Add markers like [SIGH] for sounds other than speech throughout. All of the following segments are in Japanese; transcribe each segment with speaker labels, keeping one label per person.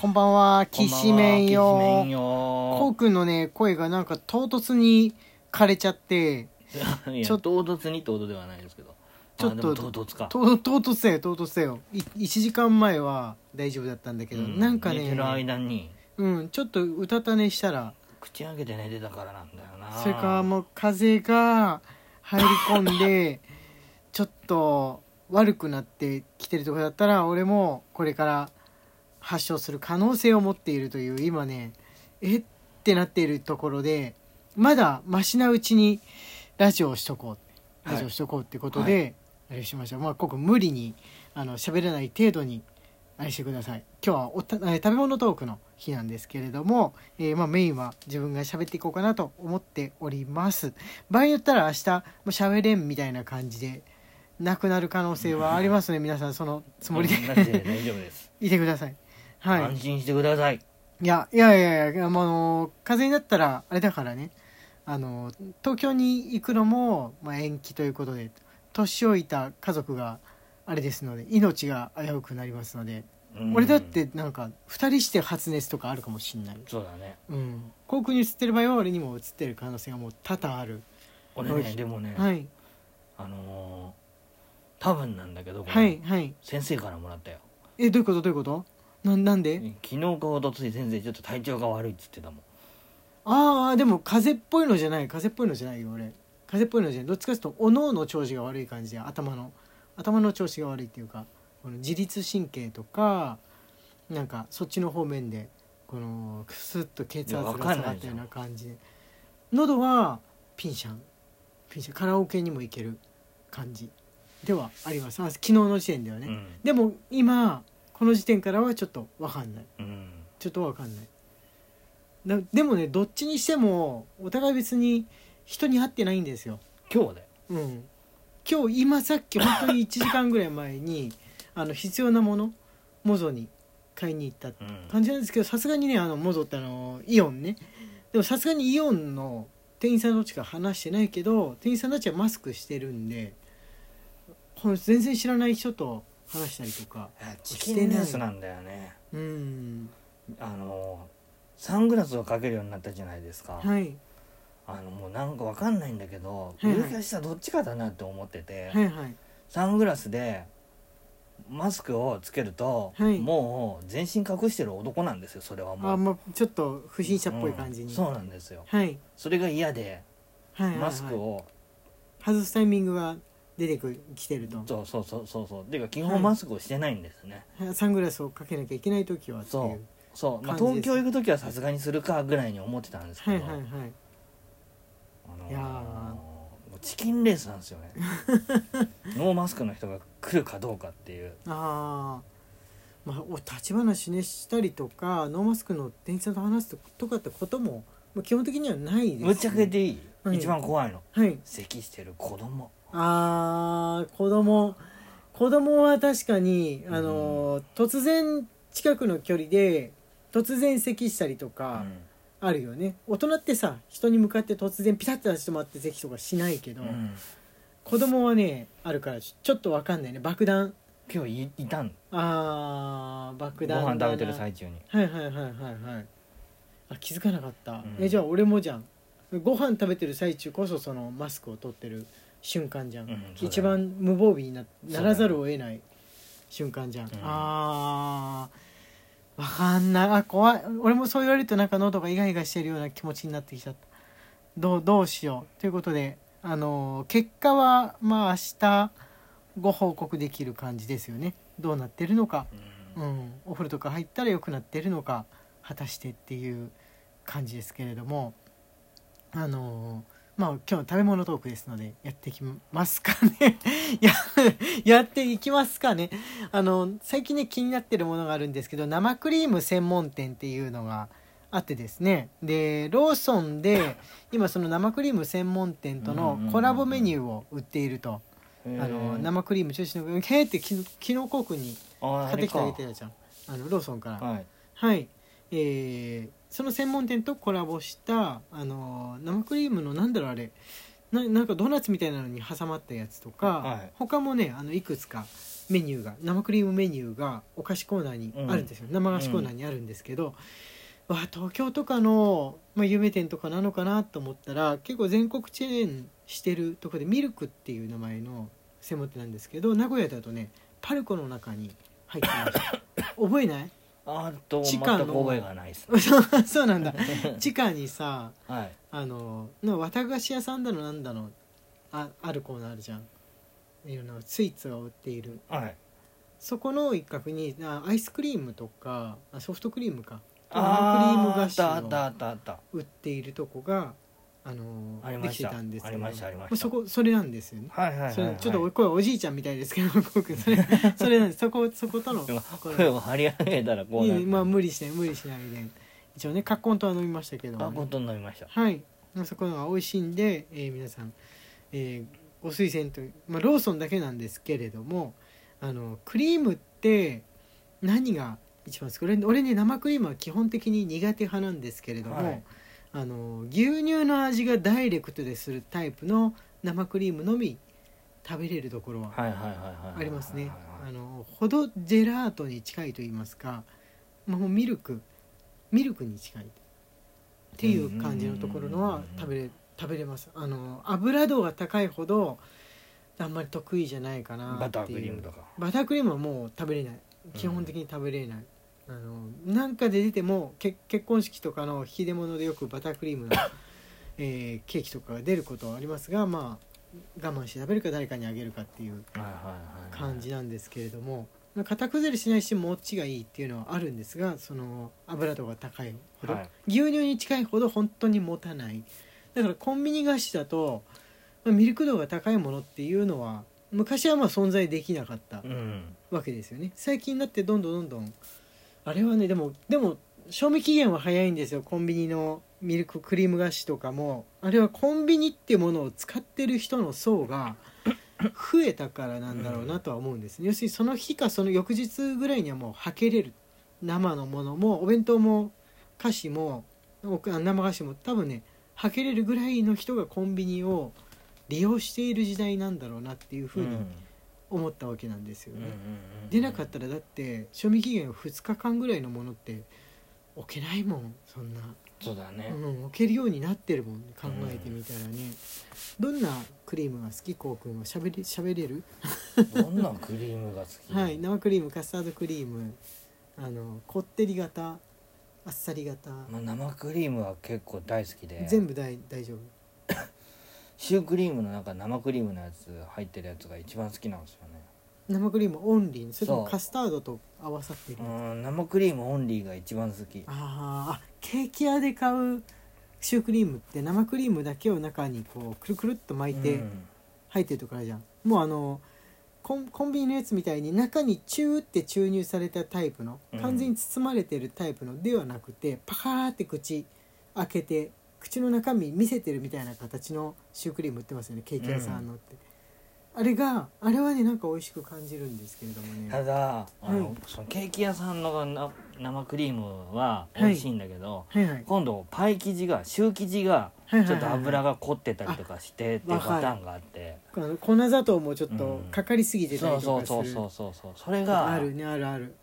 Speaker 1: こんばんは、きしめん
Speaker 2: こばはきしめん
Speaker 1: よ。こう
Speaker 2: よ
Speaker 1: くんのね、声がなんか唐突に枯れちゃって、
Speaker 2: [LAUGHS] いや
Speaker 1: ちょっ
Speaker 2: 唐突にってことではないですけど
Speaker 1: ちょっと
Speaker 2: まあでも唐突か
Speaker 1: と唐突だよ、唐突だよ。い1時間前は大丈夫だったんだけど、
Speaker 2: う
Speaker 1: なんか
Speaker 2: 寝てる
Speaker 1: ね、
Speaker 2: 間に
Speaker 1: うん、ちょっとうたた寝したら、
Speaker 2: 口開けて寝てたからなんだよな
Speaker 1: それからもう風が入り込んで、ちょっと悪くなってきてるとこだったら、俺もこれから発症する可能性を持っているという、 [LAUGHS] 今ね、えってなっているところで、まだマシなうちにラジオをしとこう。
Speaker 2: はい
Speaker 1: ラジオしとこうってことで、あれしましょう。まあ、ここ無理に、あの、喋らない程度に、あれしてください。今日はおた、えー食べ物トークの日なんですけれども、えーまあ、メインは自分が喋っていこうかなと思っております。場合によったら明日、もう喋れんみたいな感じで、なくなる可能性はありますね。皆さん、そのつもり
Speaker 2: そんなので
Speaker 1: で
Speaker 2: 大丈夫です、
Speaker 1: [LAUGHS] いてください。はい。
Speaker 2: 安心してください
Speaker 1: いやいやいやいや、あの風邪になったらあれだからねあの東京に行くのも、まあ、延期ということで年老いた家族があれですので命が危うくなりますので、
Speaker 2: うん
Speaker 1: 俺だってなんか2人して発熱とかあるかもしんない、
Speaker 2: そうだね
Speaker 1: うん、航空に移ってる場合は俺にも移ってる可能性がもう多々ある、
Speaker 2: 俺
Speaker 1: よ
Speaker 2: ね
Speaker 1: し
Speaker 2: でもね、
Speaker 1: はい
Speaker 2: あのー多分なんだけど、これ
Speaker 1: はいはい
Speaker 2: 先生からもらったよ
Speaker 1: えどういうことどういうことなんなんで、
Speaker 2: 昨日かおとつい先生ちょっと体調が悪いっつってたもん
Speaker 1: ああでも風邪っぽいのじゃない風邪っぽいのじゃないよ俺風邪っぽいのじゃないどっちかというとお脳の調子が悪い感じで頭の頭の調子が悪いっていうかこの自律神経とかなんかそっちの方面でこのクスッと血圧
Speaker 2: いや
Speaker 1: が
Speaker 2: わ
Speaker 1: 下
Speaker 2: かん
Speaker 1: が
Speaker 2: な
Speaker 1: っ
Speaker 2: い
Speaker 1: た
Speaker 2: じゃ
Speaker 1: よ
Speaker 2: ん
Speaker 1: うな感じで喉はピンシャンピンシャンカラオケにも行ける感じではありますあ昨日の時点ではね、
Speaker 2: うん
Speaker 1: でも今この時点からはちょっと分かんない
Speaker 2: うん
Speaker 1: ちょっとわかんないなでもねどっちにしてもお互い別に人に会ってないんですよ、
Speaker 2: 今日だよ
Speaker 1: うん、今日今さっき本当に1時間ぐらい前にあの必要なものモゾに買いに行った
Speaker 2: うん
Speaker 1: 感じなんですけどさすがにねあのモゾってあのイオンねでもさすがにイオンの店員さんどっちか話してないけど店員さんたちはマスクしてるんでこの全然知らない人と話したりとか
Speaker 2: あチキンレースなんだよね
Speaker 1: うん
Speaker 2: あのサングラスをかけるようになったじゃないですか、
Speaker 1: はい
Speaker 2: あのもうなんかわかんないんだけど
Speaker 1: はいはい
Speaker 2: 上か下どっちかだなって思ってて、
Speaker 1: はいはい
Speaker 2: サングラスでマスクをつけると、
Speaker 1: はい
Speaker 2: もう全身隠してる男なんですよそれはもう
Speaker 1: あまあちょっと不審者っぽい感じに、
Speaker 2: うんそうなんですよ
Speaker 1: はい
Speaker 2: それが嫌で
Speaker 1: はいはいはい
Speaker 2: マスクを、
Speaker 1: 外すタイミングが出てくきてると
Speaker 2: そうそうそうそうそうっていうか基
Speaker 1: はい
Speaker 2: 本マスクをしてないんですね、
Speaker 1: サングラスをかけなきゃいけない時はっていう
Speaker 2: そうそう、まあ、
Speaker 1: 感じ
Speaker 2: 東
Speaker 1: です
Speaker 2: 京行く時はさすがにするかぐらいに思ってたんですけ
Speaker 1: は
Speaker 2: ど、
Speaker 1: いはいはい
Speaker 2: あのー
Speaker 1: いやー
Speaker 2: もうチキンレースなんですよ
Speaker 1: [LAUGHS]
Speaker 2: ねノーマスクの人が来るかどうかっていう
Speaker 1: ああまあお立ち話ねしたりとかノーマスクの店員さんと話すとかってことももう基本的にはないです、ね、
Speaker 2: ぶっちゃけていい、
Speaker 1: うん
Speaker 2: 一番怖いの
Speaker 1: はい
Speaker 2: 咳してる子供
Speaker 1: あー子供子供は確かにあのー、突然近くの距離で突然咳したりと
Speaker 2: う
Speaker 1: か、
Speaker 2: ん
Speaker 1: あるよね大人ってさ人に向かって突然ピタッと立ち止まって咳とかしないけど、
Speaker 2: うん
Speaker 1: 子供はねあるからちょちょっとわかんないね爆弾
Speaker 2: 今日いいたん
Speaker 1: あー
Speaker 2: ご
Speaker 1: 爆弾
Speaker 2: 飯
Speaker 1: だ
Speaker 2: 食
Speaker 1: な
Speaker 2: べてる最中に
Speaker 1: はいはいはいはいはいあ気づかなかった、
Speaker 2: ん
Speaker 1: えじゃあ俺もじゃんご飯食べてる最中こそそのマスクを取ってる瞬間じゃん、
Speaker 2: うんそうだよ
Speaker 1: 一番無防備にな
Speaker 2: だ
Speaker 1: な
Speaker 2: よ
Speaker 1: らざるを得ない瞬間じゃん、
Speaker 2: ん
Speaker 1: あーわかんないあ怖い俺もそう言われるとなんか喉がイガイガしてるような気持ちになってきちゃったどうどうしようということであのー結果はまあ明日ご報告できる感じですよねどうなってるのか
Speaker 2: うん
Speaker 1: うん、お風呂とか入ったら良くなってるのか果たしてっていう感じですけれどもあのーまあ今日の食べ物トークですのでやっていきますかね [LAUGHS] ややっていきますかねあの最近ね気になってるものがあるんですけど生クリーム専門店っていうのがあってですねでローソンで今その生クリーム専門店とのコラボメニューを売っているとあの
Speaker 2: えー
Speaker 1: 生クリーム中心の「へーって昨日昨日コークに
Speaker 2: あーあ
Speaker 1: 買って
Speaker 2: れ
Speaker 1: きてあげ
Speaker 2: か
Speaker 1: てたじゃんあのローソンからはい、
Speaker 2: はい
Speaker 1: えーその専門店とコラボした、あのー生クリームのなんだろうあれななんかドーナツみたいなのに挟まったやつとか、
Speaker 2: はい
Speaker 1: 他もねあのいくつかメニューが生クリームメニューがお菓子コーナーにあるんですよ、生菓子コーナーにあるんですけど、わあ東京とかの、まあ、有名店とかなのかなと思ったら結構全国チェーンしてるとこでミルクっていう名前の専門店なんですけど名古屋だとねパルコの中に入ってました [LAUGHS] 覚えない
Speaker 2: あと
Speaker 1: 地
Speaker 2: 全く
Speaker 1: 下の
Speaker 2: 覚えがないですね
Speaker 1: そう [LAUGHS] そうなんだ地下にさ
Speaker 2: はい
Speaker 1: あのの綿菓子屋さんだのなんだのああるコーナーあるじゃんいろんなスイーツが売っている
Speaker 2: はい
Speaker 1: そこの一角にあアイスクリームとかあソフトクリームか生クリー
Speaker 2: あーあったあ
Speaker 1: ム
Speaker 2: っ
Speaker 1: 菓子
Speaker 2: た
Speaker 1: を
Speaker 2: あったあった
Speaker 1: 売っているとこがあの
Speaker 2: あり
Speaker 1: で
Speaker 2: ま
Speaker 1: き
Speaker 2: してた
Speaker 1: たんですけど
Speaker 2: ありましたありました
Speaker 1: あそこそれなんですよね、
Speaker 2: はいはいはい、
Speaker 1: そ
Speaker 2: は
Speaker 1: れ
Speaker 2: い、
Speaker 1: ちょっとお声おじいちゃんみたいですけど [LAUGHS] 僕それそれなんですそこそことのこ
Speaker 2: [LAUGHS] 声を張り上げたらこう
Speaker 1: い
Speaker 2: なる
Speaker 1: いまあ無理しない無理しないで一応ねカッコンとは飲みましたけど、
Speaker 2: あことになりました
Speaker 1: はいそこのが美味しいんで、えー皆さん、えーご推薦という、まあ、ローソンだけなんですけれどもあのクリームって何が一番好き俺俺ね生クリームは基本的に苦手派なんですけれども、
Speaker 2: はい
Speaker 1: あの牛乳の味がダイレクトでするタイプの生クリームのみ食べれるところは
Speaker 2: はいはいはいはい
Speaker 1: ありますね
Speaker 2: はいはいはい
Speaker 1: あのほどジェラートに近いと言いますか、まあ、もうミルクミルクに近いっていう感じのところの
Speaker 2: うん
Speaker 1: は
Speaker 2: うんうんうん
Speaker 1: 食べれ食べれますあの油度が高いほどあんまり得意じゃないかな
Speaker 2: バタ
Speaker 1: っ
Speaker 2: ー
Speaker 1: て
Speaker 2: ク
Speaker 1: いう
Speaker 2: リームとか
Speaker 1: バタークリームはもう食べれない基本的に食べれない、あのなんかで出てもけ結婚式とかの引き出物でよくバタークリーム
Speaker 2: [LAUGHS]
Speaker 1: の、えーケーキとかが出ることはありますがまあ我慢して食べるか誰かにあげるかっていう
Speaker 2: はいはいはいはい
Speaker 1: 感じなんですけれどもまあ型崩れしないしもっちがいいっていうのはあるんですがその油度が高いほど、
Speaker 2: はい
Speaker 1: 牛乳に近いほど本当に持たないだからコンビニ菓子だと、まあ、ミルク度が高いものっていうのは昔はまあ存在できなかった
Speaker 2: うん
Speaker 1: わけですよね最近になってどんどんどんどんあれはねでもでも賞味期限は早いんですよコンビニのミルククリーム菓子とかもあれはコンビニってものを使ってる人の層が増えたからなんだろうなとは思うんですね要するにその日かその翌日ぐらいにはもうはけれる生のものもお弁当も菓子もおあ生菓子も多分ねはけれるぐらいの人がコンビニを利用している時代なんだろうなっていうふうに思ったわけなんですよね。出なかったらだって賞味期限2日間ぐらいのものって置けないもんそんな、
Speaker 2: そうだね
Speaker 1: うん、置けるようになってるもん考えてみたらね、どんなクリームが好きこうくんはしゃべりしゃべれる、
Speaker 2: どんなクリームが好き
Speaker 1: はい生クリームカスタードクリームあのこってり型あっさり型、
Speaker 2: まあ生クリームは結構大好きで
Speaker 1: 全部大大丈夫
Speaker 2: シュークリームの中生クリームのやつ入ってるやつが一番好きなんですよね
Speaker 1: 生クリームオンリーそれとも
Speaker 2: そう
Speaker 1: カスタードと合わさってる
Speaker 2: う
Speaker 1: やつ
Speaker 2: ん生クリームオンリーが一番好き
Speaker 1: あーあケーキ屋で買うシュークリームって生クリームだけを中にこうくるくるっと巻いて、
Speaker 2: うん
Speaker 1: 入ってるとこあるじゃんもうあのコンコンビニのやつみたいに中にチューって注入されたタイプの
Speaker 2: うん
Speaker 1: 完全に包まれてるタイプのではなくて、パカーって口開けて口の中身見せてるみたいな形のシュークリーム売ってますよねケーキ屋さんのって、あれがあれはねなんか美味しく感じるんですけれども
Speaker 2: た
Speaker 1: ね
Speaker 2: だあの、
Speaker 1: うん
Speaker 2: そのケーキ屋さんのな生クリームは美味しいんだけど、
Speaker 1: はいはい
Speaker 2: 今度パイ生地がシュー生地が
Speaker 1: はいはいはい
Speaker 2: ちょっと油が凝ってたりとかしてっていう
Speaker 1: わか
Speaker 2: パ
Speaker 1: る
Speaker 2: ターンがあって
Speaker 1: あの粉砂糖もちょっ
Speaker 2: う
Speaker 1: と
Speaker 2: ん
Speaker 1: かかりすぎてた
Speaker 2: そ
Speaker 1: り
Speaker 2: うそ
Speaker 1: と
Speaker 2: う
Speaker 1: か
Speaker 2: そう
Speaker 1: する
Speaker 2: そうそうそうそれが
Speaker 1: あるねあるある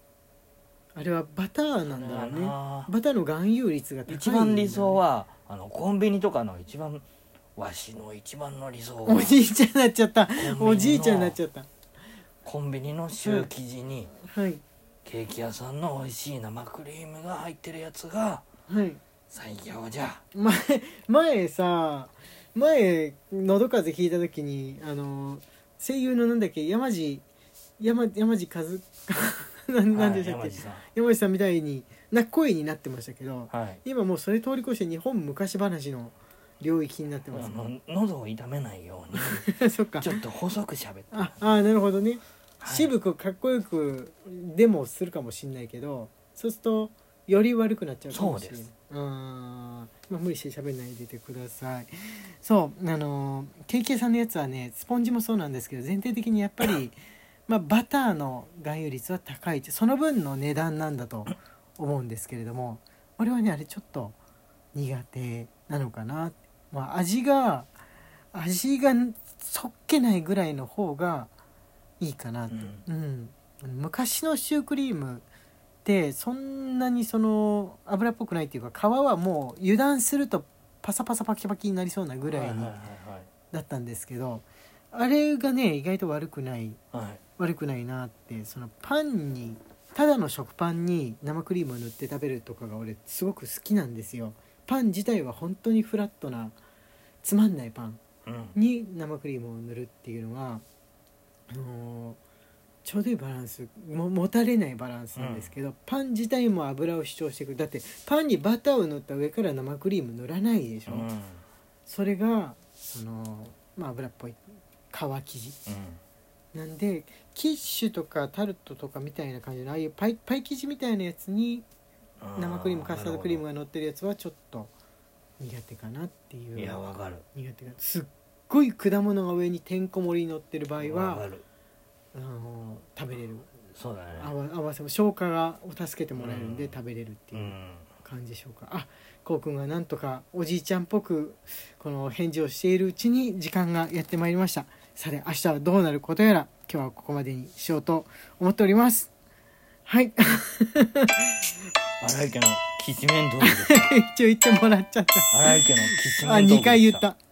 Speaker 1: あれはバターなんだろうね
Speaker 2: な
Speaker 1: バターの含有率が高いんだよね
Speaker 2: 一番理想はあのコンビニとかの一番わしの一番の理想は
Speaker 1: おじいちゃんになっちゃった
Speaker 2: ビニの
Speaker 1: おじいちゃんになっちゃった
Speaker 2: コンビニのシュー生地に
Speaker 1: はい
Speaker 2: ケーキ屋さんの美味しい生クリームが入ってるやつが
Speaker 1: はい
Speaker 2: 最強じゃ
Speaker 1: 前前さ前のど風邪ひいた時にあの声優のなんだっけ山地山山地和 [LAUGHS] なんなんでしたっ
Speaker 2: はい
Speaker 1: け
Speaker 2: 山地さん
Speaker 1: 山地さんみたいにな声になってましたけど
Speaker 2: はい
Speaker 1: 今もうそれ通り越して日本昔話の領域になってます
Speaker 2: あ
Speaker 1: ね
Speaker 2: の喉を痛めないよう
Speaker 1: [LAUGHS]
Speaker 2: に
Speaker 1: そっか
Speaker 2: ちょっと細く喋って
Speaker 1: ああーなるほどね
Speaker 2: はい
Speaker 1: 渋くかっこよくでもするかもしんないけどそうするとより悪くなっちゃうかもしれない
Speaker 2: そうです
Speaker 1: うーんまあ無理して喋んないでてくださいそうあのーケーキ屋さんのやつはねスポンジもそうなんですけど全体的にやっぱ
Speaker 2: [COUGHS]
Speaker 1: りまあバターの含有率は高いってその分の値段なんだと思うんですけれども俺はねあれちょっと苦手なのかな、まあ、味が味がそっけないぐらいの方がいいかなと
Speaker 2: うん
Speaker 1: うん、昔のシュークリームってそんなにその油っぽくないっていうか皮はもう油断するとパサパサパキパキになりそうなぐらいにだったんですけどあれがね意外と悪くない
Speaker 2: はいはい
Speaker 1: 悪くないなってそのパンにただの食パンに生クリームを塗って食べるとかが俺すごく好きなんですよパン自体は本当にフラットなつまんないパン
Speaker 2: うん
Speaker 1: に生クリームを塗るっていうのはあのーちょうどいいバランスも持たれないバランスなんですけど、パン自体も油を主張してくるだってパンにバターを塗った上から生クリーム塗らないでしょ、
Speaker 2: うん
Speaker 1: それがその、まあ、油っぽい皮生地なんでキッシュとかタルトとかみたいな感じのああいうパイパイ生地みたいなやつに
Speaker 2: うん
Speaker 1: 生クリームカスタードクリーム
Speaker 2: な
Speaker 1: が乗ってるやつはちょっと苦手かなってい
Speaker 2: るほ
Speaker 1: う
Speaker 2: どいやわかる
Speaker 1: 苦手がすっごい果物が上にてんこ盛りに乗ってる場合
Speaker 2: わか
Speaker 1: は
Speaker 2: る
Speaker 1: あの食べれる
Speaker 2: そうだね
Speaker 1: 合わ合わせも消化がを助けてもらえるん
Speaker 2: う
Speaker 1: で
Speaker 2: ん
Speaker 1: 食べれるって
Speaker 2: う
Speaker 1: いうん感じでしょうか、あこうくんがなんとかおじいちゃんっぽくこの返事をしているうちに時間がやってまいりましたさて明日はどうなることやら今日はここまでにしようと思っておりますはい [LAUGHS]
Speaker 2: 荒井家のきしめんトークでした
Speaker 1: [LAUGHS] 一応言ってもらっちゃった
Speaker 2: 荒井家のきしめんトークでした
Speaker 1: あ二2回言った